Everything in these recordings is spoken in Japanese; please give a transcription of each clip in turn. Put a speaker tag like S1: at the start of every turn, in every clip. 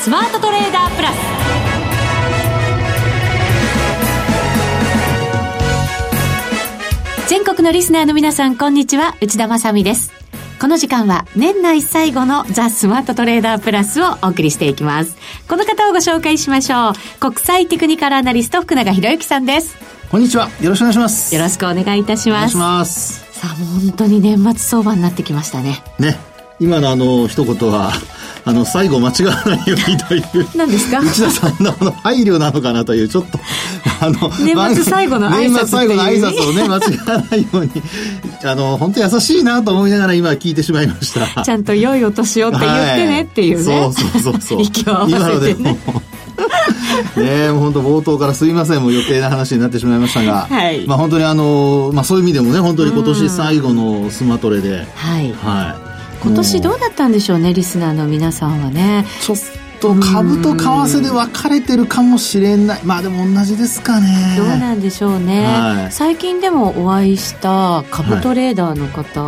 S1: スマートトレーダープラス」全国のリスナーの皆さんこんにちは内田まさみですこの時間は年内最後のザ・スマートトレーダープラスをお送りしていきますこの方をご紹介しましょう国際テクニカルアナリスト福永博之さんです
S2: こんにちは。よろしくお願いします。
S1: よろしくお願いいたし
S2: お願
S1: ま
S2: い
S1: す
S2: します。
S1: さあもう本当に年末相場になってきましたね
S2: ね。今のあの、一言は、あの、最後間違わないように という。
S1: 何ですか
S2: 内田さんのあの配慮なのかなという、ちょっと、 あの、
S1: 年末最後の挨拶っていう
S2: 年末最後の挨拶をね、間違わないように、あの、本当優しいなと思いながら今聞いてしまいました。
S1: ちゃんと良いお年をって言ってねっていうね、
S2: はいそうそうそう そう
S1: 息を合わせて
S2: 今の
S1: ね
S2: でもねえもう 本当冒頭からすいませんもう余計な話になってしまいましたが、
S1: はい
S2: まあ本当にあの、まあ、そういう意味でもね本当に今年最後のスマトレで、
S1: はい
S2: はい
S1: 今年ど
S2: も
S1: うだったんでしょうねリスナーの皆さんはね
S2: ちょっと株と為替で分かれてるかもしれないまあでも同じですかね
S1: どうなんでしょうね、
S2: はい
S1: 最近でもお会いした株トレーダーの方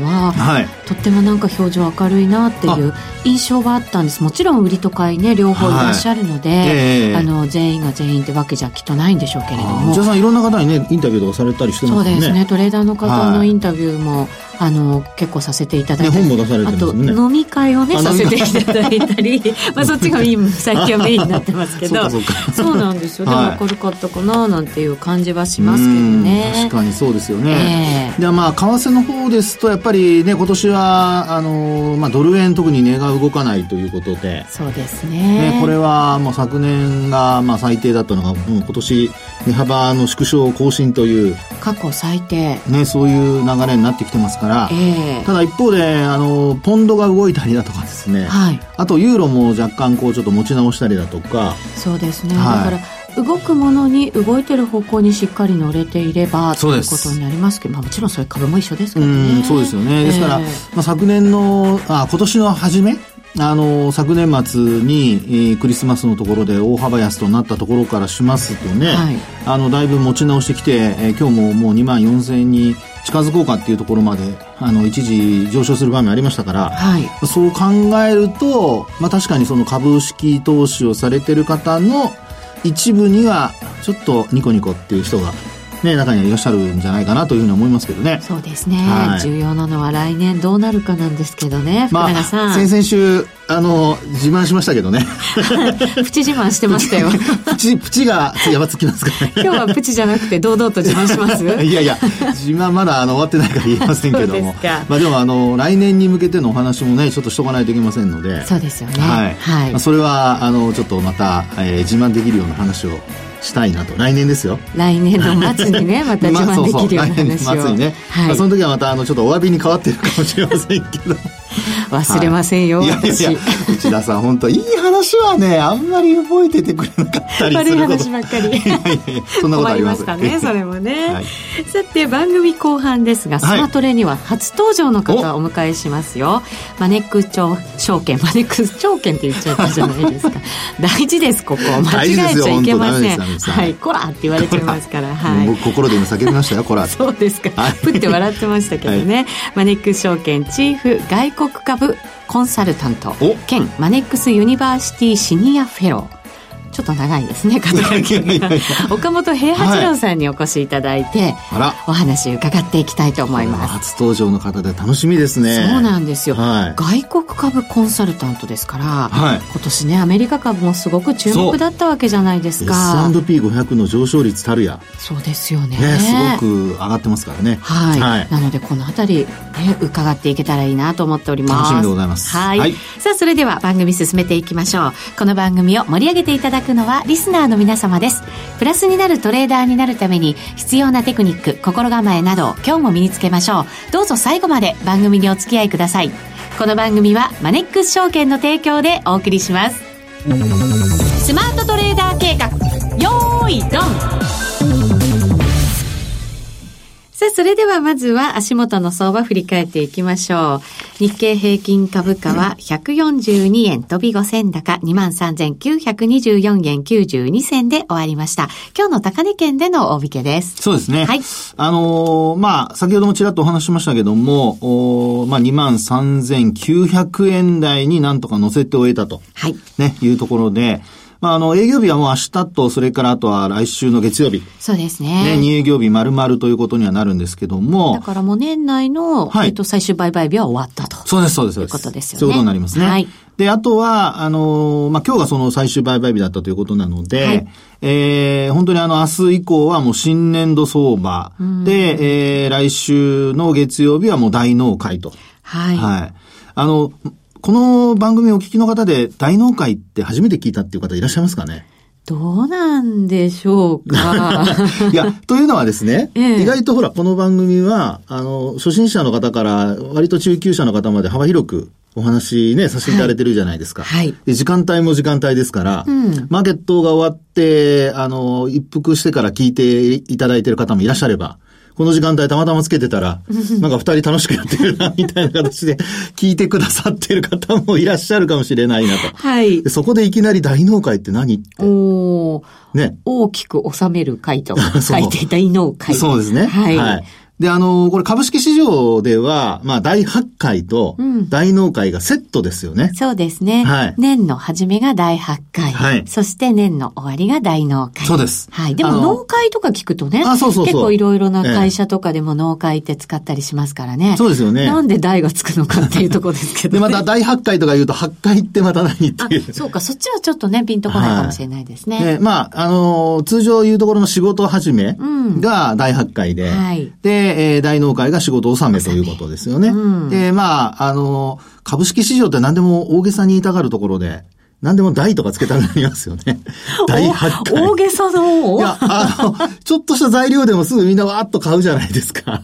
S1: 々は、
S2: はい
S1: とってもなんか表情明るいなっていう印象があったんですもちろん売りと買いね両方いらっしゃるので、
S2: ええ
S1: あの全員が全員ってわけじゃきっとないんでしょうけれど
S2: あー
S1: も
S2: 内田さんいろんな方にねインタビューとかされたりして
S1: そ
S2: ま
S1: う
S2: すよ
S1: で
S2: ね
S1: すねトレーダーの方の
S2: はい
S1: インタビューも、あの結構させていただい
S2: ね
S1: たり
S2: 本も出されて
S1: あ
S2: ます
S1: と
S2: もんね
S1: 飲み会をね
S2: あ
S1: させ
S2: 飲み
S1: て
S2: 会
S1: いただいた りまあそっちがメイン最近はメインになってますけど
S2: そうかそうか
S1: そうなんですよでも
S2: はい
S1: 明るかったかななんていう感じはしますけどね
S2: うん確かにそうですよね。
S1: ええ
S2: でまあ為替の方ですとやっぱりね今年はあのまあドル円特に値が動かないということで。
S1: そうです
S2: ね
S1: ね、
S2: これはもう昨年がまあ最低だったのが、もう今年値幅の縮小更新という、
S1: 過去最低
S2: ね、そういう流れになってきてますから
S1: え、え
S2: ただ一方であのポンドが動いたりだとかですね、
S1: はい
S2: あとユーロも若干こうちょっと持ち直したりだとか、
S1: そうですね、
S2: はい
S1: だから動くものに動いてる方向にしっかり乗れていれば
S2: そうで
S1: という
S2: す
S1: ことになりますけど、まあ、もちろんそれ株も一緒ですから
S2: う
S1: ね
S2: ん、そうですよね。ですから、
S1: ええ
S2: まあ、昨年の、あ、今年の初め、あの、昨年末に、えークリスマスのところで大幅安となったところからしますとね、
S1: はい
S2: あの、だいぶ持ち直してきて、えー今日ももう2万4000円に近づこうかっていうところまで、あの、一時上昇する場面ありましたから、
S1: はい
S2: そう考えると、まあ、確かにその株式投資をされてる方の一部には、ちょっとニコニコっていう人が、ね、中にはいらっしゃるんじゃないかなというふうに思いますけどね。
S1: そうですね、
S2: はい
S1: 重要なのは来年どうなるかなんですけどね福
S2: ま
S1: 永
S2: あ、
S1: さん、
S2: 先々週、あの、自慢しましたけ どね。
S1: プチ自慢してま したよ
S2: プチ、プチが、やばつきますからね。
S1: 今日はプチじゃなくて堂々と自慢します
S2: いやいや、自慢まだあの終わってないから言えませんけど
S1: そうで
S2: も
S1: すか。
S2: まあでもあの、来年に向けてのお話もね、ちょっとしとかないといけませんので。
S1: そうですよね
S2: はい。
S1: はい
S2: まあそれは、あの、ちょっとまた、えー自慢できるような話をしたいなと。来年ですよ。
S1: 来年の末にねまた自
S2: ま
S1: 慢
S2: あそう
S1: で
S2: そ
S1: き
S2: う
S1: るような
S2: 来年
S1: 話を、
S2: 末にね。
S1: は
S2: ま
S1: い
S2: あ、その時はまた、あの、ちょっとお詫びに変わってるかもしれませんけど。
S1: 忘れませんよ、
S2: はい、いやい
S1: 私
S2: やいや内田さん本当いい話はねあんまり覚えててくれなかったり
S1: 悪
S2: す
S1: い
S2: ること
S1: 話ばっかり
S2: いやそんなこと
S1: 困
S2: あり
S1: り
S2: ま
S1: ますしたねそれもね、
S2: はい
S1: さて番組後半ですがス
S2: はい
S1: マトレには初登場の方をお迎えしますよ、マネック証証券マネックス証券って言っちゃったじゃない ですか大事ですここ間
S2: 大事で
S1: 違え
S2: すよ
S1: ちゃいけません
S2: 本当ダメですダメです
S1: はいこらって言われちゃいます からはい
S2: 僕心で今叫びましたよこれは
S1: そうですか、
S2: はい
S1: プって笑ってましたけどね、マネックス証券チーフ外国株コンサルタント
S2: お
S1: 兼マネックスユニバーシティシニアフェローちょっと長いですね肩書き
S2: いやいやいやい
S1: が 岡本平八郎さんにお越しいただいて、
S2: あら
S1: お話伺っていきたいと思います、
S2: 初登場の方で楽しみですね
S1: そうなんですよ、
S2: はい
S1: 外国株コンサルタントですから、
S2: はい
S1: 今年ねアメリカ株もすごく注目だったわけじゃないですか
S2: S&P500 の上昇率たるや、
S1: そうですよね
S2: ね、すごく上がってますからね
S1: はい、
S2: はい
S1: なのでこの辺り、ね、伺っていけたらいいなと思っております
S2: 楽しみでございます
S1: はい、
S2: はい
S1: さあそれでは番組進めていきましょうこの番組を盛り上げていただくのはリスナーの皆様ですプラスになるトレーダーになるために必要なテクニック心構えなどを今日も身につけましょうどうぞ最後まで番組にお付き合いくださいこの番組はマネックス証券の提供でお送りしますスマートトレーダー計画よーいドンささあ、それではまずは足元の相場振り返っていきましょう。日経平均株価は142円飛び5銭高23,924円92銭で終わりました。今日の高値圏での大引けです。
S2: そうですね。
S1: はい
S2: あのーまあ、先ほどもちらっとお話ししましたけども、おーまあ、23,900円台になんとか乗せて終えたと。
S1: はい。
S2: ね、いうところで、まあ、あの、営業日はもう明日と、それからあとは来週の月曜日、
S1: そうです
S2: ね、
S1: ね。
S2: 2営業日丸々ということにはなるんですけど
S1: だ
S2: も、
S1: からもう年内の、
S2: はい
S1: えっと、最終売買日は終わったと。
S2: そうです、そうです、そう
S1: ということですよね
S2: そういうことになりますね。
S1: はい
S2: で、あとは、あのーまあ、今日がその最終売買日だったということなので、
S1: はい
S2: えー本当にあの、明日以降はもう新年度相場で、えー来週の月曜日はもう大納会と。
S1: はい。
S2: はい。あの、この番組をお聞きの方で、大納会って初めて聞いたっていう方いらっしゃいますかね
S1: どうなんでしょう か。
S2: いや、というのはですね、
S1: ええ
S2: 意外とほら、この番組は、あの、初心者の方から、割と中級者の方まで幅広く、お話ね、させていただいてるじゃないですか。
S1: はいはい
S2: で時間帯も時間帯ですから、
S1: うん
S2: マーケットが終わって、あの、一服してから聞いていただいてる方もいらっしゃれば、この時間帯たまたまつけてたら、なんか二人楽しくやってるな、みたいな形で 聞いてくださってる方もいらっしゃるかもしれないなと。
S1: はい
S2: で。そこでいきなり大納会って何って、
S1: おー
S2: ね。
S1: 大きく収める会と
S2: そう
S1: 書いていた異能会。
S2: そうですね。
S1: はい。
S2: で、あのこれ株式市場では、まあ、第8回と
S1: うん
S2: 大納会がセットですよね。
S1: そうですね。
S2: はい
S1: 年の初めが第8回。
S2: はい
S1: そして年の終わりが大納会。
S2: そうです
S1: はい。で
S2: あ
S1: も
S2: の
S1: 納会とか聞くとね。
S2: あそうそうそう
S1: 結構いろいろな
S2: ええ
S1: 会社とかでも納会って使ったりしますからね。
S2: そうですよね
S1: なんで大がつくのかっていうところですけど、
S2: で、
S1: ね。
S2: また第8回とか言うと、8回ってまた何って
S1: あ
S2: いう。、
S1: そうか、そっちはちょっとね、ピンとこないかもしれないですね。
S2: で、まあ、あの通常言うところの仕事始め
S1: うん
S2: が第8回で、
S1: はい
S2: で、えー大納会が仕事納めということですよね。
S1: うん
S2: で、まあ、あの株式市場って何でも大げさに言いたがるところで、何でも大とかつけたくなりますよ ね。第8回。
S1: お大げさの
S2: い
S1: 王
S2: や、あの、ちょっとした材料でもすぐみんなわーっと買うじゃないですか。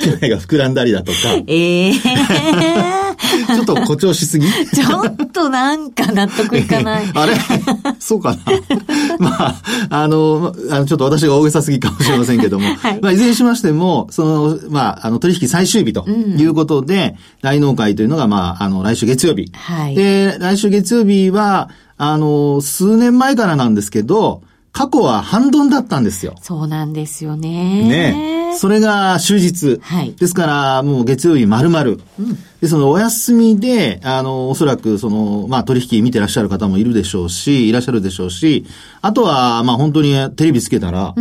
S2: 商いが膨らんだりだ とか、
S1: ええ
S2: ちょっと誇張しすぎ。
S1: ちょっとなんか納得いか ない。
S2: あれそうかな まあ、あの、まあの、ちょっと私が大げさすぎかもしれませんけども、
S1: はい
S2: まあ、いずれにしましても、その、まあ、あの、取引最終日ということで、大納会というのが、まあ、あの、来週月曜日。
S1: はい
S2: で、来週月曜日は、あの、数年前からなんですけど、過去は半ドンだったんですよ。
S1: そうなんですよね。
S2: ねえ。それが終日。
S1: はい
S2: ですから、もう月曜日丸々。で、そのお休みで、あの、おそらく、その、まあ、取引見てらっしゃる方もいるでしょうし、いらっしゃるでしょうし、あとは、まあ、本当にテレビつけたら、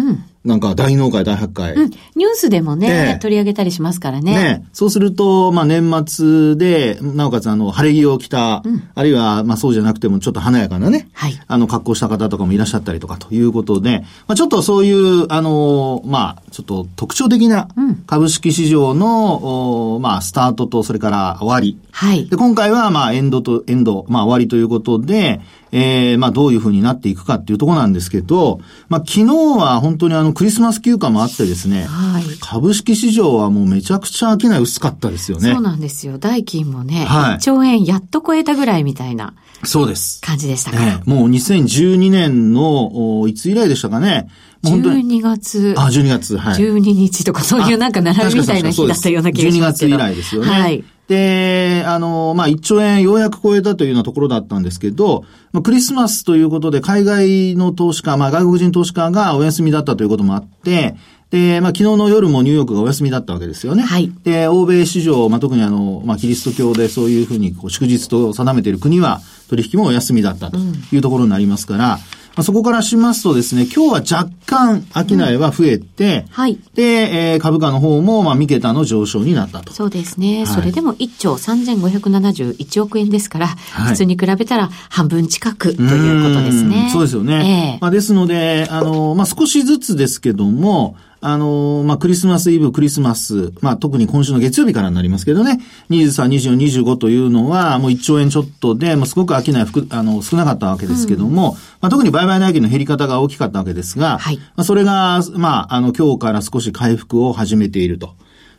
S2: なんか大納会、大発会。
S1: うん、ニュースでもね、
S2: ね
S1: 取り上げたりしますからね。
S2: ねそうすると、まあ、年末で、なおかつ、あの、晴れ着を着た、あるいは、まあ、そうじゃなくても、ちょっと華やかなね、
S1: はい
S2: あの、格好した方とかもいらっしゃったりとかということで、まあ、ちょっとそういう、あの、まあ、ちょっと特徴的な株式市場の、おまあ、スタートと、それから終わり。
S1: はい
S2: で、。今回は、まあ、エンドと、エンド、まあ、終わりということで、えー、まあ、どういう風になっていくかっていうところなんですけど、まあ、昨日は本当にあの、クリスマス休暇もあってですね、
S1: はい。
S2: 株式市場はもうめちゃくちゃ商い薄かったですよね。
S1: そうなんですよ。代金もね、
S2: はい
S1: 1兆円やっと超えたぐらいみたいな
S2: そうです。
S1: 感じでしたから。
S2: ええもう2012年の、おいつ以来でしたかね。もう本当に。
S1: 12月
S2: あ、12月、はい。
S1: 12日とか、そういうなんか並びみたいな日だったような気がしますけど。
S2: 12月以来ですよね。
S1: はい。
S2: で、あの、まあ、1兆円ようやく超えたというようなところだったんですけど、まあ、クリスマスということで海外の投資家、まあ、外国人投資家がお休みだったということもあって、で、まあ、昨日の夜もニューヨークがお休みだったわけですよね。
S1: はい
S2: で、欧米市場、まあ、特にあの、まあ、キリスト教でそういうふうにこう祝日と定めている国は取引もお休みだったというところになりますから、まあ、そこからしますとですね、今日は若干商いは増えて、
S1: はい
S2: で、えー株価の方も、まあ、三桁の上昇になったと。
S1: そうですね。
S2: い
S1: それでも1兆3571億円ですから、
S2: い
S1: 普通に比べたら半分近くということです
S2: う
S1: ね
S2: ん。そうですよね。
S1: ええ
S2: まあ、ですので、あの、まあ、少しずつですけども、あの、まあ、クリスマスイブ、クリスマス、まあ、特に今週の月曜日からになりますけどね、23、24、25というのは、もう1兆円ちょっとで、もうすごく商いはふく、あの、少なかったわけですけども、まあ、特に売買代金の減り方が大きかったわけですが、
S1: はい
S2: まあ、それが、まあ、あの、今日から少し回復を始めていると。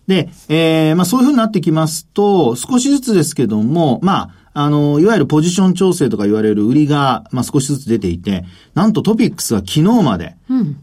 S2: で、えーまあそういうふうになってきますと、少しずつですけども、まあ、あの、いわゆるポジション調整とか言われる売りが、まあ、少しずつ出ていて、なんとトピックスは昨日まで、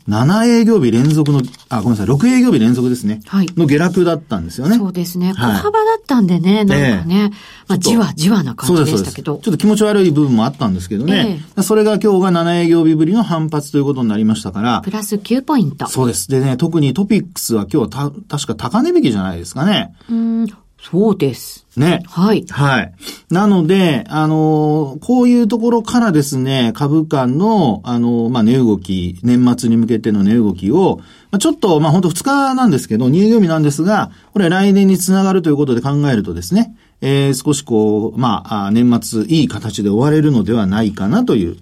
S2: 7営業日連続の、あ、ごめんなさい、6営業日連続ですね。
S1: はい
S2: の下落だったんですよね。
S1: そうですね。小
S2: はい
S1: 幅だったんでね、なんかね、まあ、
S2: ちょっと
S1: じわじわな
S2: そ
S1: 感
S2: う
S1: じ
S2: で、
S1: です
S2: そ
S1: し
S2: うで
S1: た
S2: す。
S1: け
S2: ちょ
S1: ど
S2: っ。と気持ち悪い部分もあったんですけどね。それが今日が7営業日ぶりの反発ということになりましたから
S1: プ、ラス9ポイント。
S2: そうです。でね、特にトピックスは今日はた、確か高値引きじゃないですかね。
S1: うん、そうです。
S2: ね。
S1: はい。
S2: はい。なので、あのーこういうところからですね、株価の、あのーまあ、値動き、年末に向けての値動きを、まあ、ちょっと、まあ、ほんと2日なんですけど、2営業日なんですが、これ来年につながるということで考えるとですね、えー少しこう、まあ、あー年末いい形で終われるのではないかなという、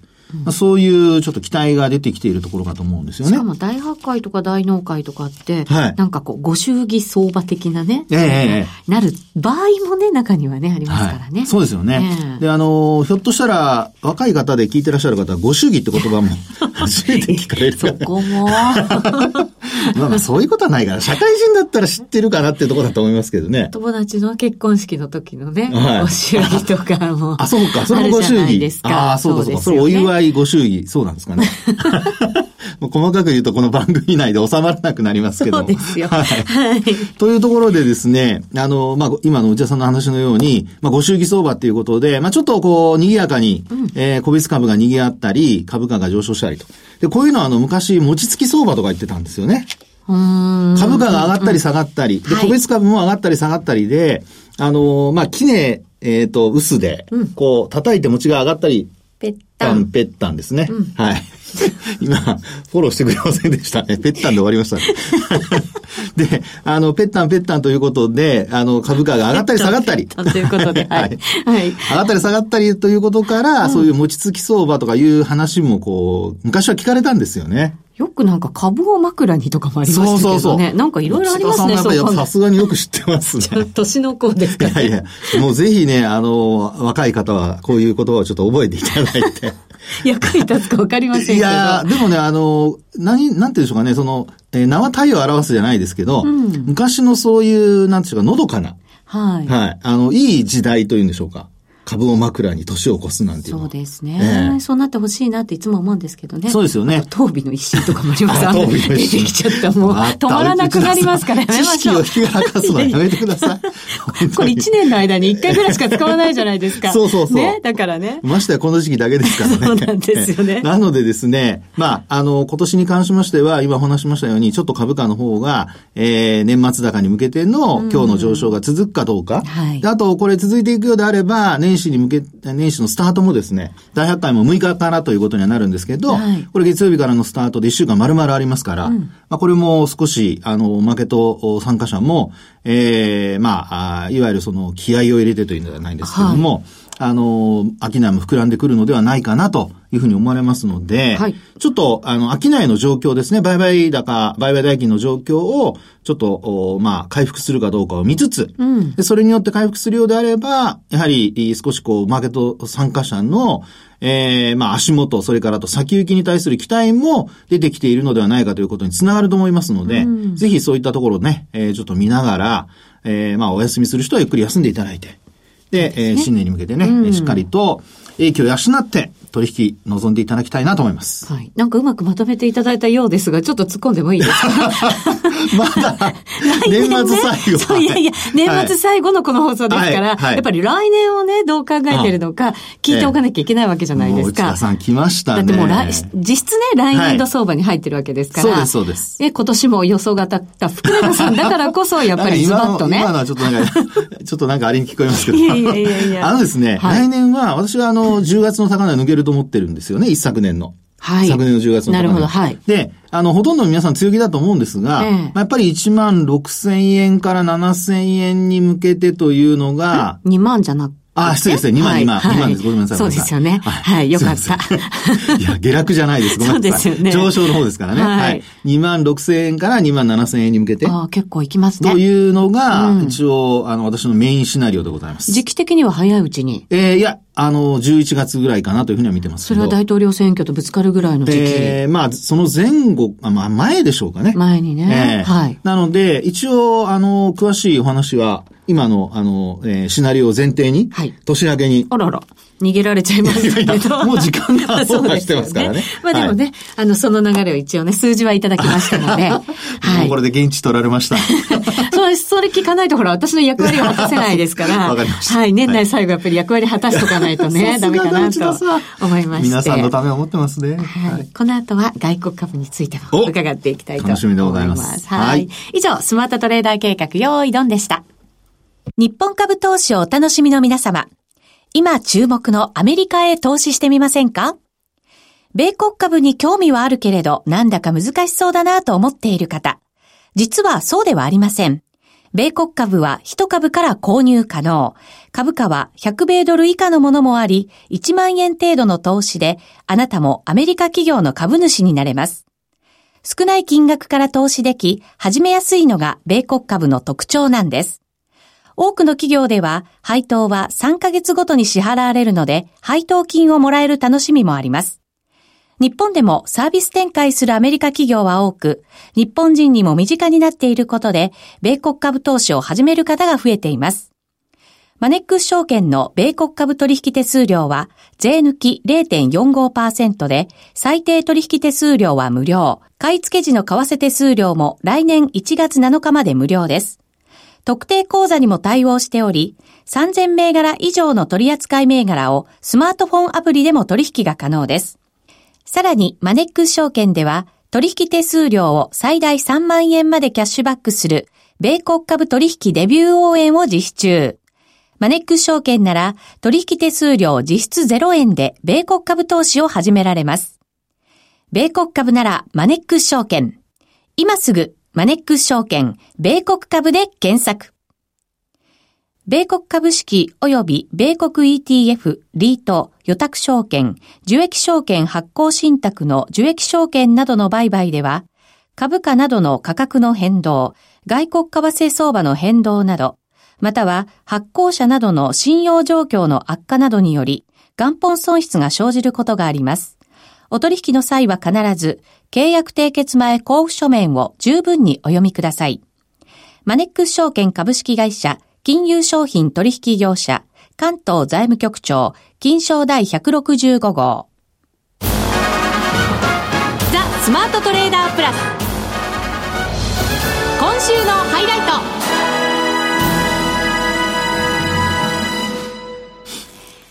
S2: まあ、そういうちょっと期待が出てきているところかと思うんですよ
S1: し
S2: ね
S1: か。も大発会とか大納会とかって、
S2: はい
S1: なんかこう、ご祝儀相場的なね、
S2: ええええ
S1: なる場合もね、中にはね、ありますからね。
S2: はい、そうですよね。
S1: ええ
S2: で、あのー、ひょっとしたら、若い方で聞いてらっしゃる方は、ご祝儀って言 葉も初めて聞かれるから
S1: そこも、
S2: まあまあ、そういうことはないから、社会人だったら知ってるかなっていうところだと思いますけど ね。
S1: 友達の結婚式の時のね、
S2: はい
S1: ご祝儀とかも。
S2: あ、そうか、それもご
S1: あるじ
S2: 祝
S1: ゃない
S2: 儀。
S1: ですか。
S2: ああ、そうか、そうか、
S1: です
S2: それ
S1: よ
S2: お
S1: ね
S2: 祝いご祝儀。そうなんです かね。もう細かく言うと、この番組内で収まらなくなりますけど
S1: そう
S2: も。
S1: ですよ。
S2: はい。
S1: はい。
S2: というところでですね、あの、まあ、ご今の内田さんの話のように、まあ、ご祝儀相場っていうことで、まあ、ちょっとこう、賑やかに、えー個別株が賑わったり、株価が上昇したりと。で、こういうのは、あの、昔、餅つき相場とか言ってたんですよね。
S1: うーん。
S2: 株価が上がったり下がったり、で、
S1: はい
S2: 個別株も上がったり下がったりで、あのーまあ、きね、えっ、と、薄で、こう、叩いて餅が上がったり、
S1: ぺった
S2: たん
S1: ん。
S2: ぺったんですね。はい。 今、フォローしてくれませんでし たね。 ぺったんで終わりました、ね。で、あの、ぺったんぺったんということで、あの、株価が上がったり下がったり。
S1: ということ で、はい。はい。
S2: 上がったり下がったりということから、そういう餅つき相場とかいう話も、こう、昔は聞かれたんですよね。
S1: よくなんか株を枕にとかもありましたけどね。なんかいろいろありますね、
S2: 内田さんはやっぱり
S1: 考
S2: さすがによく知ってます ね。
S1: えると年の 子です
S2: い
S1: か
S2: やいや、もうぜひね、あの、若い方はこういう言葉をちょっと覚えていただいて。
S1: 役に立つかわかりませんけど。
S2: いやーでもね、あの、何、なんていうんでしょうかね、その、えー名は体を表すじゃないですけど、昔のそういう、なんていうか、のどかな、
S1: はい。
S2: はい、あの、いい時代というんでしょうか。株を枕に年を越すなんていうの
S1: そ
S2: は
S1: うですね、
S2: ええ
S1: そうなってほしいなっていつも思うんですけどね。
S2: そうですよね
S1: あ と当備の一心とかもあります。
S2: あ
S1: あの
S2: 当備の一心
S1: 出てきちゃった。もう
S2: あった
S1: 止まらなくなりますからやめましょう。
S2: 知識をひらかすのはやめてください。本
S1: こ
S2: 当
S1: れ
S2: に
S1: 1年の間に1回ぐらいしか使わないじゃないですか。
S2: そうそうそう
S1: ね。だからね。
S2: ましてやこの時期だけですからね。
S1: そうなんですよね
S2: なのでですね、まあ、あの、今年に関しましては、今お話しましたように、ちょっと株価の方が、えー、年末高に向けての今日の上昇が続くかどうか。
S1: はい
S2: であと、これ続いていくようであれば、年始に向け、年始のスタートもですね、大発会も6日からということにはなるんですけど、
S1: はい
S2: これ月曜日からのスタートで1週間丸々ありますから、まあ、これも少し、あの、負けと参加者も、えー、まあ、あーいわゆるその気合を入れてというのではないんですけども、も、あの、商いも膨らんでくるのではないかなというふうに思われますので、
S1: はい
S2: ちょっと、あの、商いの状況ですね、売買高、売買代金の状況を、ちょっと、おまあ、回復するかどうかを見つつ、で、それによって回復するようであれば、やはり、い少しこう、マーケット参加者の、えーまあ、足元、それからあと先行きに対する期待も出てきているのではないかということにつながると思いますので、ぜひそういったところをね、えーちょっと見ながら、えーまあ、お休みする人はゆっくり休んでいただいて、で、えー新年に向けてね、えーしっかりと影響を養って取引臨んでいただきたいなと思います。
S1: はい。なんかうまくまとめていただいたようですが、ちょっと突っ込んでもいいですか
S2: まだ、年末最 後。
S1: そういやいや、年末最後のこの放送ですから、
S2: はいはい
S1: やっぱり来年をね、どう考えてるのか、聞いておかなきゃいけないわけじゃない
S2: も
S1: で
S2: う
S1: す
S2: 内
S1: か。
S2: 田さん来ました
S1: だ
S2: ね。
S1: ってもう来、実質ね、来年度相場に入ってるわけですから。
S2: はいそうですそう
S1: で今年も予想が立った福永さんだからこ そ、やっぱりズ
S2: なんか
S1: バッと
S2: 今の今
S1: ね。
S2: のはちょっとなんか、ちょ っとなんかあれに聞こえますけど。
S1: いやいやいやいや
S2: あのですね、
S1: はい
S2: 来年は、私はあの、10月の高値を抜けると思ってるんですよね、一昨年の。
S1: はい
S2: 昨年の10月の高値。
S1: なるほどはい
S2: で、あの、ほとんどの皆さん強気だと思うんですが、
S1: ええ
S2: まあやっぱり1万6千円から7千円に向けてというのが、
S1: 2万じゃなくて。
S2: あ、失礼ですね。2万、
S1: はい
S2: 2万、
S1: はい
S2: 2万です。ごめんなさい。
S1: そうですよね。はい、よかっ
S2: すい
S1: た。
S2: ま せんいや、下落じゃないです。ごめんなさい。
S1: そうですよね
S2: 上昇の方ですからね。
S1: はい
S2: はい。2万6千円から2万7千円に向けて、
S1: あー結構いきます
S2: と
S1: ね。
S2: いうのが、一応、あの、私のメインシナリオでございます。
S1: 時期的には早いうちに。
S2: えーいや、あの、11月ぐらいかなというふうには見てます
S1: そ
S2: け
S1: れ
S2: ど。
S1: は大統領選挙とぶつかるぐらいの時期。
S2: えーまあ、その前後、あまあ、前でしょうかね。
S1: 前にね
S2: ええ
S1: はい
S2: なので、一応、あの、詳しいお話は、今の、あの、えーシナリオを前提に、
S1: はい
S2: 年明けに、
S1: あらら、逃げられちゃいましたけ
S2: いやい
S1: ど。
S2: やもう時間 が
S1: そう
S2: オーバー
S1: で
S2: し
S1: す
S2: て
S1: よ
S2: ますからね
S1: まあでもね、あの、その流れを一応ね、数字はいただきましたの で。は
S2: もう
S1: い
S2: こ。れで現地取られました。。
S1: そうです。それ聞かないとほら、私の役割を果たせないですから
S2: わかりました
S1: はい。年内最後やっぱり役割果たしとかないとね、ダメかな
S2: さすがだ
S1: と
S2: 内田さん
S1: 思いまして。
S2: 皆さんのためを思ってますね。
S1: は
S2: はいい。
S1: この後は外国株についても
S2: お
S1: 伺っていきたいと思いま
S2: 楽
S1: す。
S2: しみでございます
S1: は
S2: はいい。
S1: 以上、スマートトレーダー計画、用意ドンでした。日本株投資をお楽しみの皆様。今注目のアメリカへ投資してみませんか米国株に興味はあるけれど、なんだか難しそうだなと思っている方。実はそうではありません。米国株は1株から購入可能。株価は100米ドル以下のものもあり、1万円程度の投資で、あなたもアメリカ企業の株主になれます。少ない金額から投資でき、始めやすいのが米国株の特徴なんです。多くの企業では、配当は3ヶ月ごとに支払われるので、配当金をもらえる楽しみもあります。日本でもサービス展開するアメリカ企業は多く、日本人にも身近になっていることで、米国株投資を始める方が増えています。マネックス証券の米国株取引手数料は税抜き0.45%で、最低取引手数料は無料、買い付け時の為替手数料も来年1月7日まで無料です。特定口座にも対応しており、3000銘柄以上の取扱い銘柄をスマートフォンアプリでも取引が可能です。さらに、マネックス証券では、取引手数料を最大3万円までキャッシュバックする、米国株取引デビュー応援を実施中。マネックス証券なら、取引手数料実質0円で、米国株投資を始められます。米国株なら、マネックス証券。今すぐ、マネックス証券、米国株で検索。米国株式及び米国 ETF、リート、予託証券、受益証券発行信託の受益証券などの売買では、株価などの価格の変動、外国為替相場の変動など、または発行者などの信用状況の悪化などにより、元本損失が生じることがあります。お取引の際は必ず、契約締結前交付書面を十分にお読みください。マネックス証券株式会社、金融商品取引業者、関東財務局長、金賞第165号。ザ・スマートトレーダープラス。今週のハイライト。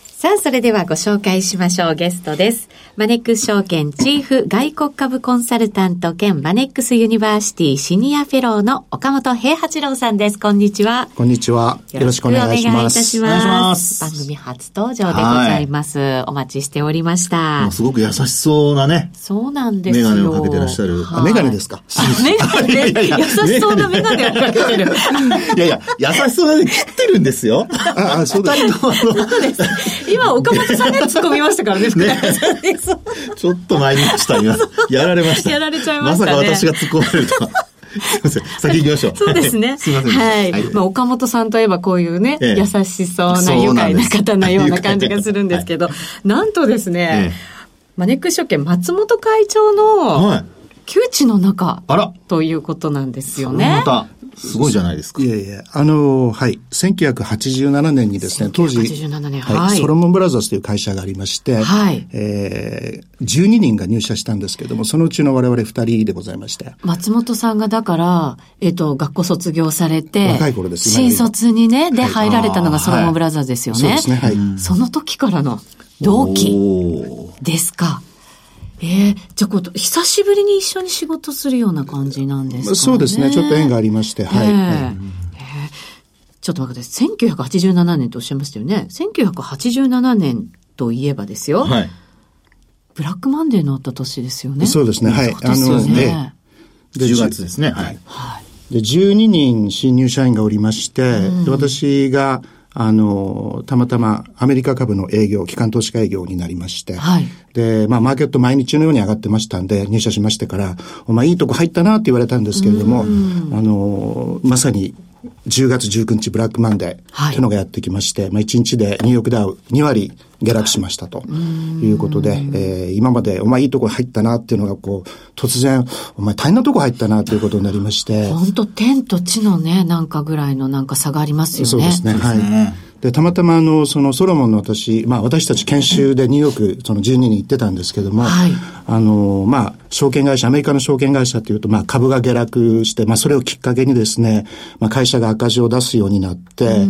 S1: さあ、それではご紹介しましょう。ゲストです。マネックス証券チーフ外国株コンサルタント兼マネックスユニバーシティシニアフェローの岡本平八郎さんです。こんにちは。
S3: こんにちは。よろしくお願いしま
S1: よろ
S3: す。
S1: くお願いいたし
S2: お願いし
S1: ま。
S2: ますす
S1: 番組初登場でございます。お待ちしておりました
S2: もう。すごく優しそうな ね。
S1: そうなんです
S2: メ
S1: よ。
S2: ガネをかけてらっしゃる。
S1: は
S3: あ、メガネですか。
S1: メガネ、
S2: いやいや
S1: 優しそうなメガネをかけ てる。
S2: いやいや、優しそうなね、切ってるんですよ。
S3: あ、あそうです。
S1: そうです。今、岡本さんが突っ込みましたからね、福田さんです
S2: ちょっと参りました、 今。やられました。
S1: やられちゃいましたね
S2: まさか私が突っ込まれるとは。す いません。先行きましょう。
S1: そうですね。
S2: すいませんでした。
S1: はい。まあ、岡本さんといえばこういうね、
S2: ええ
S1: 優しそうな
S2: そ
S1: 愉
S2: うな
S1: 快
S2: んで
S1: な
S2: す
S1: 方なような感じがするんですけど、なんとですね、
S2: ええ
S1: マネックス証券松本会長
S2: はい
S1: の窮地の中
S2: あら
S1: ということなんですよね
S2: ま。た、すごいじゃないですか。
S3: いやいや、あの、はい。1987年にですね、当時、
S1: 1987年はい
S3: ソロモンブラザーズという会社がありまして、
S1: はい
S3: えー、12人が入社したんですけども、そのうちの我々2人でございまして、
S1: 松本さんがだから、えっ、と、学校卒業されて、
S3: 若い頃です今
S1: 新
S3: より
S1: 卒にね、で入られたのが
S2: あー
S1: ソロモンブラザーズですよね。
S3: そうですね、はい。
S1: その時からの同期
S2: おー
S1: ですか。えー、じゃあこう、久しぶりに一緒に仕事するような感じなんですか、ね、
S3: そうですね、ちょっと縁がありまして、はい。
S1: ええ
S3: はい
S1: ええちょっと待ってください。1987年とおっしゃいましたよね。1987年といえばですよ。
S2: はい。
S1: ブラックマンデーのあった年ですよね。
S3: そうですねはい
S1: そうですよね。
S3: あの
S2: 10月ですね。はい。
S3: で、12人新入社員がおりまして、で私が、あの、たまたまアメリカ株の営業、機関投資家営業になりまして、
S1: はい
S3: で、まあ、マーケット毎日のように上がってましたんで、入社しましてから、お前いいとこ入ったなって言われたんですけれども、あの、まさに、 10月19日ブラックマンデー
S1: はい
S3: というのがやってきまして、まあ、1日でニューヨークダウ2割下落しましたということで、えー今までお前いいとこ入ったなっていうのがこう、突然、お前大変なとこ入ったなということになりまして、
S1: 本当天と地のね、なんかぐらいのなんか差がありますよね。
S3: そうですね。はい。で、たまたまあの、そのソロモンの私、まあ私たち研修でニューヨーク、その12に行ってたんですけども、
S1: はい
S3: あの、まあ、証券会社、アメリカの証券会社っていうと、まあ株が下落して、まあそれをきっかけにですね、まあ会社が赤字を出すようになって、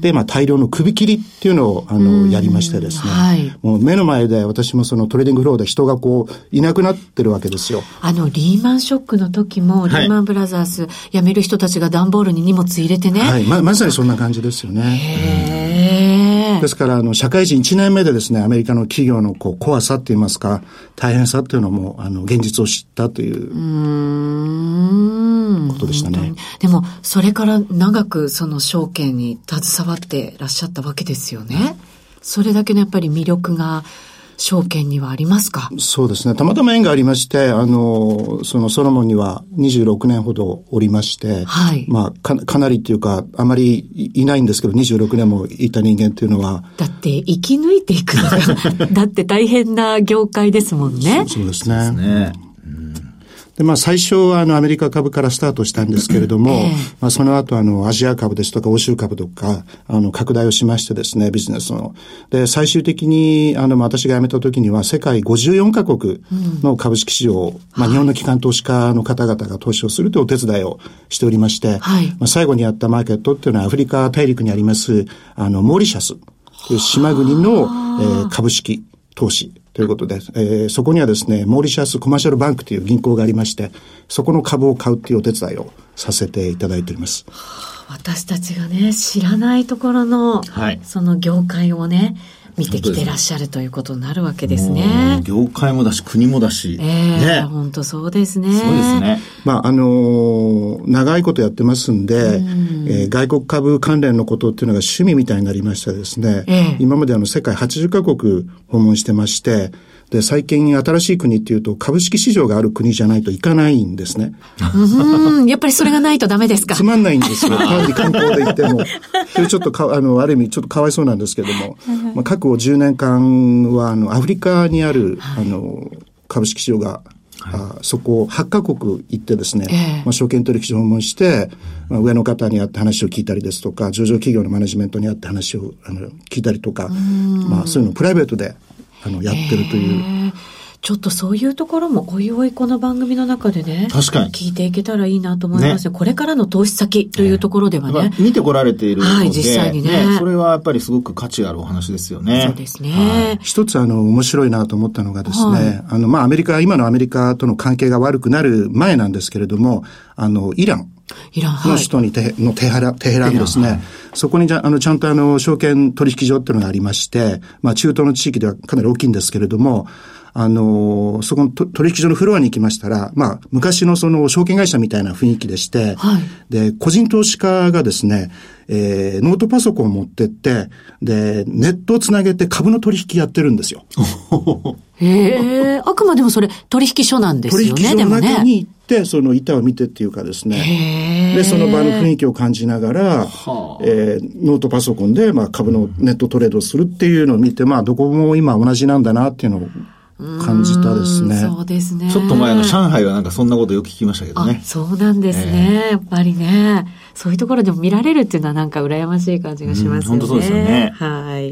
S3: で、まあ大量の首切りっていうのを、あの、やりましてですね、
S1: はい
S3: もう目の前で私もそのトレーディングフローで人がこう、いなくなってるわけですよ。
S1: あの、リーマンショックの時も、リ
S2: はい
S1: ーマンブラザーズ、辞める人たちが段ボールに荷物入れてね。
S3: はい。ま、まさにそんな感じですよね。
S1: へえ
S3: で。すから、あの、社会人1年目でですね、アメリカの企業のこう怖さって言いますか、大変さっていうのも、あの、現実を知ったという、
S1: こ
S3: ことでしたね
S1: でも、それから長くその証券に携わってらっしゃったわけですよね。それだけのやっぱり魅力が証券にはありますか
S3: そうですね、たまたま縁がありまして、あの、そのソロモンには26年ほどおりまして、
S1: はい
S3: まあ、かかなりっていうか、あまりいいないんですけど、26年もいた人間っていうのは、
S1: だって生き抜いていくのが、だって大変な業界ですもんね。
S3: そうですね。
S2: ね
S3: で、まあ最初はあのアメリカ株からスタートしたんですけれども、
S1: ええ
S3: まあその後あのアジア株ですとか欧州株とか、あの拡大をしましてですね、ビジネスの。で、最終的にあのまあ私が辞めた時には世界54カ国の株式市場を、まあ日本の機関投資家の方々が投資をするというお手伝いをしておりまして、
S1: はい
S3: まあ最後にやったマーケットっていうのはアフリカ大陸にあります、あのモーリシャスという島国の、えー株式投資ということで、えーそこにはですね、モーリシャスコマーシャルバンクという銀行がありまして、そこの株を買うっていうお手伝いをさせていただいております。
S1: 私たちがね、知らないところの、
S2: はい
S1: その業界をね、見てきてらっしゃるということになるわけです
S2: も
S1: ね
S2: う。業界もだし、国もだし。
S1: ええ
S2: ね
S1: 本当そうですね。
S2: そうですね。
S3: まあ、あのー長いことやってますんで、えー外国株関連のことっていうのが趣味みたいになりましてですね、
S1: ええ
S3: 今まであの世界80カ国訪問してまして、で、最近新しい国っていうと株式市場がある国じゃないと行かないんですね。
S1: うん、やっぱりそれがないとダメですか
S3: つ。まんないんですよ。単に観光で行って も。それちょっとか、あの、ある意味ちょっとかわいそうなんですけども、まあ、過去10年間は、あの、アフリカにある、あの、株式市場が、あそこ8カ国行ってですね、
S1: ええ
S3: まあ、証券取引所訪問して、まあ、上の方に会って話を聞いたりですとか、上場企業のマネジメントに会って話をあの聞いたりとか、まあ、そういうのをプライベートであのやってるという、
S1: ええちょっとそういうところもおいおいこの番組の中でね、
S2: 確かに
S1: 聞いていけたらいいなと思いますね。これからの投資先というところでは
S2: やっ
S1: ね
S2: ぱ。見てこられているので、
S1: はい実際にね
S2: それはやっぱりすごく価値あるお話ですよね。
S1: そうですね。
S3: 一つあの面白いなと思ったのがですね、
S1: はい
S3: あのまあアメリカ、今のアメリカとの関係が悪くなる前なんですけれども、あの、イラン。
S1: イラン、
S3: の
S1: はい。
S3: 首都にテヘのテヘラ、テヘランですね。そこにじゃ、あの、ちゃんとあの、証券取引所っていうのがありまして、まあ、中東の地域ではかなり大きいんですけれども、あの、そこのと取引所のフロアに行きましたら、まあ、昔のその証券会社みたいな雰囲気でして、
S1: はい
S3: で、個人投資家がですね、えー、ノートパソコンを持ってって、で、ネットをつなげて株の取引やってるんですよ。
S1: ええあくまでもそれ取引所なんです
S3: 取
S1: よ
S3: 引
S1: ね、
S3: 所
S1: で
S3: の
S1: も
S3: 中
S1: ね。
S3: に行って、その板を見てっていうかですね。
S1: へえ
S3: で、その場の雰囲気を感じながら、えーノートパソコンで、まあ、株のネットトレードをするっていうのを見て、まあ、どこも今同じなんだなっていうのを感じたですね。
S1: そうですね。
S2: ちょっと前の上海はなんかそんなことよく聞きましたけどね
S1: あ。そうなんですね、やっぱりねそういうところでも見られるっていうのはなんか羨ましい感じがしますよね、
S2: うん本当そうですよね
S1: はい、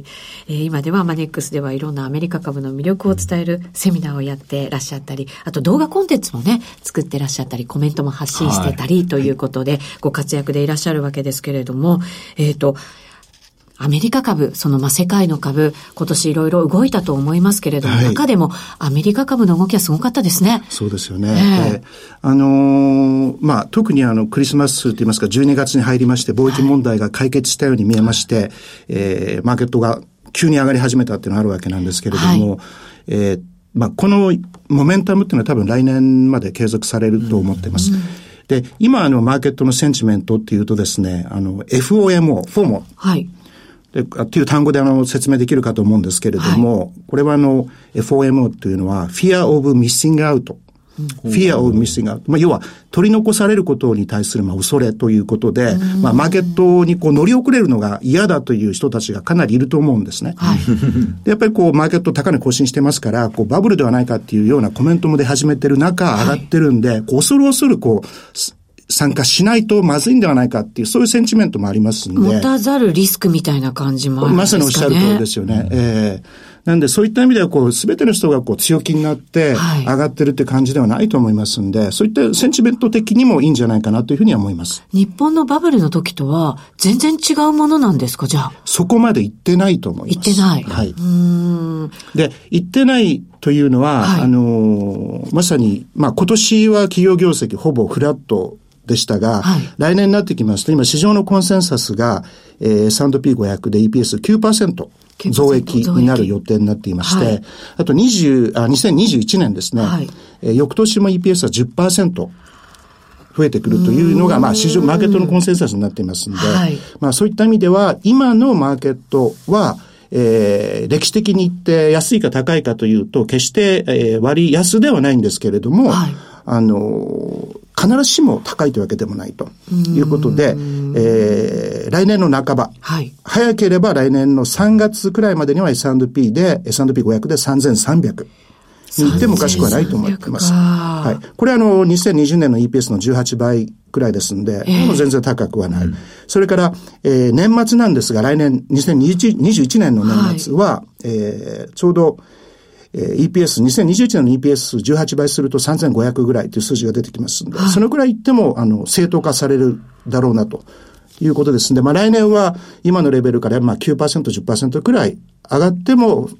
S1: えー今ではマネックスではいろんなアメリカ株の魅力を伝えるセミナーをやってらっしゃったりあと動画コンテンツもね作ってらっしゃったりコメントも発信してたりということで、ご活躍でいらっしゃるわけですけれどもえっ、とアメリカ株、そのまあ世界の株、今年いろいろ動いたと思いますけれども、
S3: はい
S1: 中でもアメリカ株の動きはすごかったですね。
S3: そうですよね。
S1: ええ
S3: であのーまあ、特にあの、クリスマスといいますか、12月に入りまして、貿易問題が解決したように見えまして、えーマーケットが急に上がり始めたっていうのがあるわけなんですけれども、えーまあ、このモメンタムっていうのは多分来年まで継続されると思ってます。で、今あの、マーケットのセンチメントっていうとですね、あの、FOMO、FOMO
S1: はい。
S3: であっていう単語であの説明できるかと思うんですけれども、これはあの FOMO というのは Fear of Missing Out fear of missing out。まあ、要は、取り残されることに対する、まあ、恐れということで、まあ、マーケットにこう乗り遅れるのが嫌だという人たちがかなりいると思うんですね。でやっぱりこう、マーケット高値更新してますから、こう、バブルではないかっていうようなコメントも出始めてる中、上がってるんで、こう、恐る恐る、こう、参加しないとまずいんではないかっていう、そういうセンチメントもありますんで。
S1: 持たざるリスクみたいな感じもあるん
S3: ですかね。まさにおっしゃる通りですよね。うん、ええー、なんでそういった意味では、こう、すべての人がこう強気になって上がってるって感じではないと思いますんで、はい、そういったセンチメント的にもいいんじゃないかなというふうには思います。
S1: 日本のバブルの時とは全然違うものなんですか、じゃあ。
S3: そこまで行ってないと思います。
S1: 行ってない。
S3: はい。うんで、行ってないというのは、はい、あのー、まさに、まあ今年は企業業績ほぼフラットでしたが、はい、来年になってきますと、今市場のコンセンサスが、えー、S&P500 で EPS9% 増益になる予定になっていまして、はい、あと20あ、2021年ですね、はい、えー、翌年も EPS は10%。増えてくるというのが、まあ、市場、マーケットのコンセンサスになっていますんで、はい、まあ、そういった意味では、今のマーケットは、えー、歴史的に言って安いか高いかというと、決して、えー、割安ではないんですけれども、はい、あのー、必ずしも高いというわけでもないということで、えー、来年の半ば、はい、早ければ来年の3月くらいまでには S&P で、S&P500 で3300。に行ってもおかしくはないと思ってます。はい。これあの、2020年の EPS の18倍くらいですんで、えー、もう全然高くはない。うん、それから、えー、年末なんですが、来年、2021年の年末は、はい、えー、ちょうど、えー、EPS、2021年の EPS18 倍すると3500ぐらいという数字が出てきますんで、はい、そのくらいいっても、あの、正当化されるだろうなということですんで、まあ来年は今のレベルから、まあ9%、10%くらい上がっても、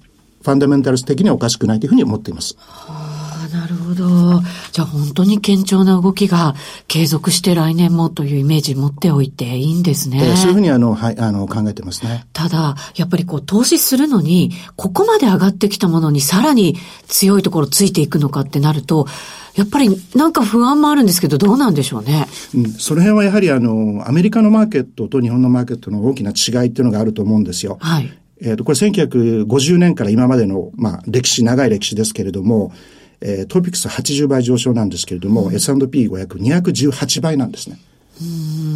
S3: ファンダメンタルス的にはおかしくないというふうに思っています。
S1: はあ、なるほど。じゃあ本当に堅調な動きが継続して来年もというイメージ持っておいていいんですね。
S3: そういうふうにあの、はい、あの、考えてますね。
S1: ただ、やっぱりこう、投資するのに、ここまで上がってきたものにさらに強いところついていくのかってなると、やっぱりなんか不安もあるんですけど、どうなんでしょうね。
S3: うん、その辺はやはりあの、アメリカのマーケットと日本のマーケットの大きな違いっていうのがあると思うんですよ。
S1: はい。、
S3: えっ、と、これ1950年から今までの、まあ、歴史、長い歴史ですけれども、えー、トピックス80倍上昇なんですけれども、うん、S&P500、218倍なんですね。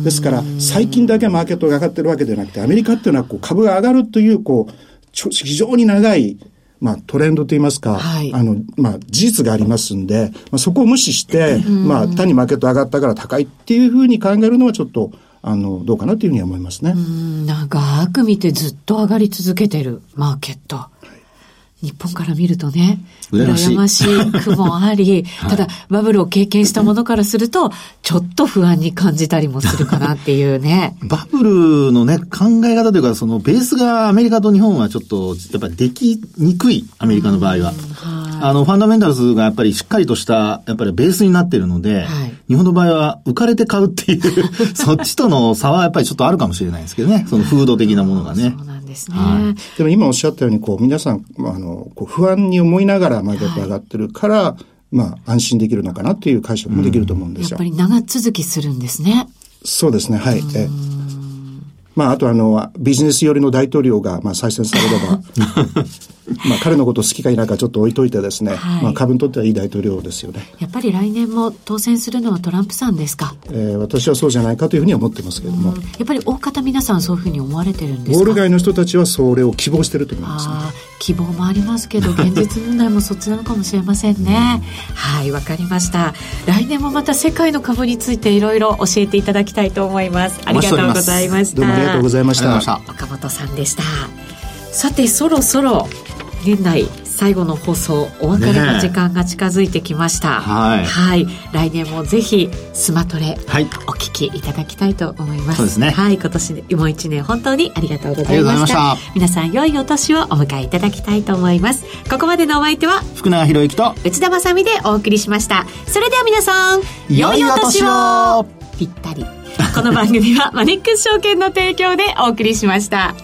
S3: ですから、最近だけマーケットが上がってるわけではなくて、アメリカっていうのはこう株が上がるという、こう、非常に長い、まあ、トレンドといいますか、はい、あの、まあ、事実がありますんで、まあ、そこを無視して、まあ、単にマーケット上がったから高いっていうふうに考えるのはちょっと、あの、どうかなというふうに思いますね。うん、
S1: 長く見てずっと上がり続けてるマーケット。はい、日本から見るとね、羨ましいましい苦もあり、 はい、ただバブルを経験したものからすると、ちょっと不安に感じたりもするかなっていうね。
S2: バブルのね、考え方というか、そのベースがアメリカと日本はちょっと、やっぱりできにくい、アメリカの場合は。あの、ファンダメンタルズがやっぱりしっかりとした、やっぱりベースになっているので、はい、日本の場合は浮かれて買うっていう そっちとの差はやっぱりちょっとあるかもしれないですけどね、その風土的なものがね。
S1: そうなんですね。はい
S3: でも今おっしゃったように、こう、皆さん、あの、こう不安に思いながらマーケット上がってるから、はい、まあ、安心できるのかなっていう解釈もできると思うんですよ。
S1: うん、やっぱり長続きするんですね。
S3: そうですね、はい。えまあ、あとあの、ビジネス寄りの大統領が、まあ、再選されれ ば、まあ、彼のこと好きか否かちょっと置いといてですね、はい、まあ、株にとってはいい大統領ですよね。
S1: やっぱり来年も当選するのはトランプさんですか。
S3: えー、私はそうじゃないかというふうには思ってますけれど
S1: や
S3: も。
S1: っぱり大方皆さんそういうふうに思われてるんです
S3: ウォール街の人たちはそれを希望してると思います、ね、
S1: 希望もありますけ ど、現実問題もそっちなのかもしれませんね。はい、わかりました。来年もまた世界の株についていろいろ教えていただきたいと思います。ありがとうございました。
S3: ありがとうございました。
S1: 岡本さんでした。さて、そろそろ現代最後の放送お別れの時間が近づいてきました、
S2: はい、
S1: はい、来年もぜひスマトレ、はい、お聞きいただきたいと思います
S2: そうですね
S1: はい今年もう一年本当にありがとうございました皆さん良いお年をお迎えいただきたいと思いますここまでのお相手は
S2: 福永博之と
S1: 内田まさでお送りしましたそれでは皆さん良いお年をぴったりこの番組はマネックス証券の提供でお送りしました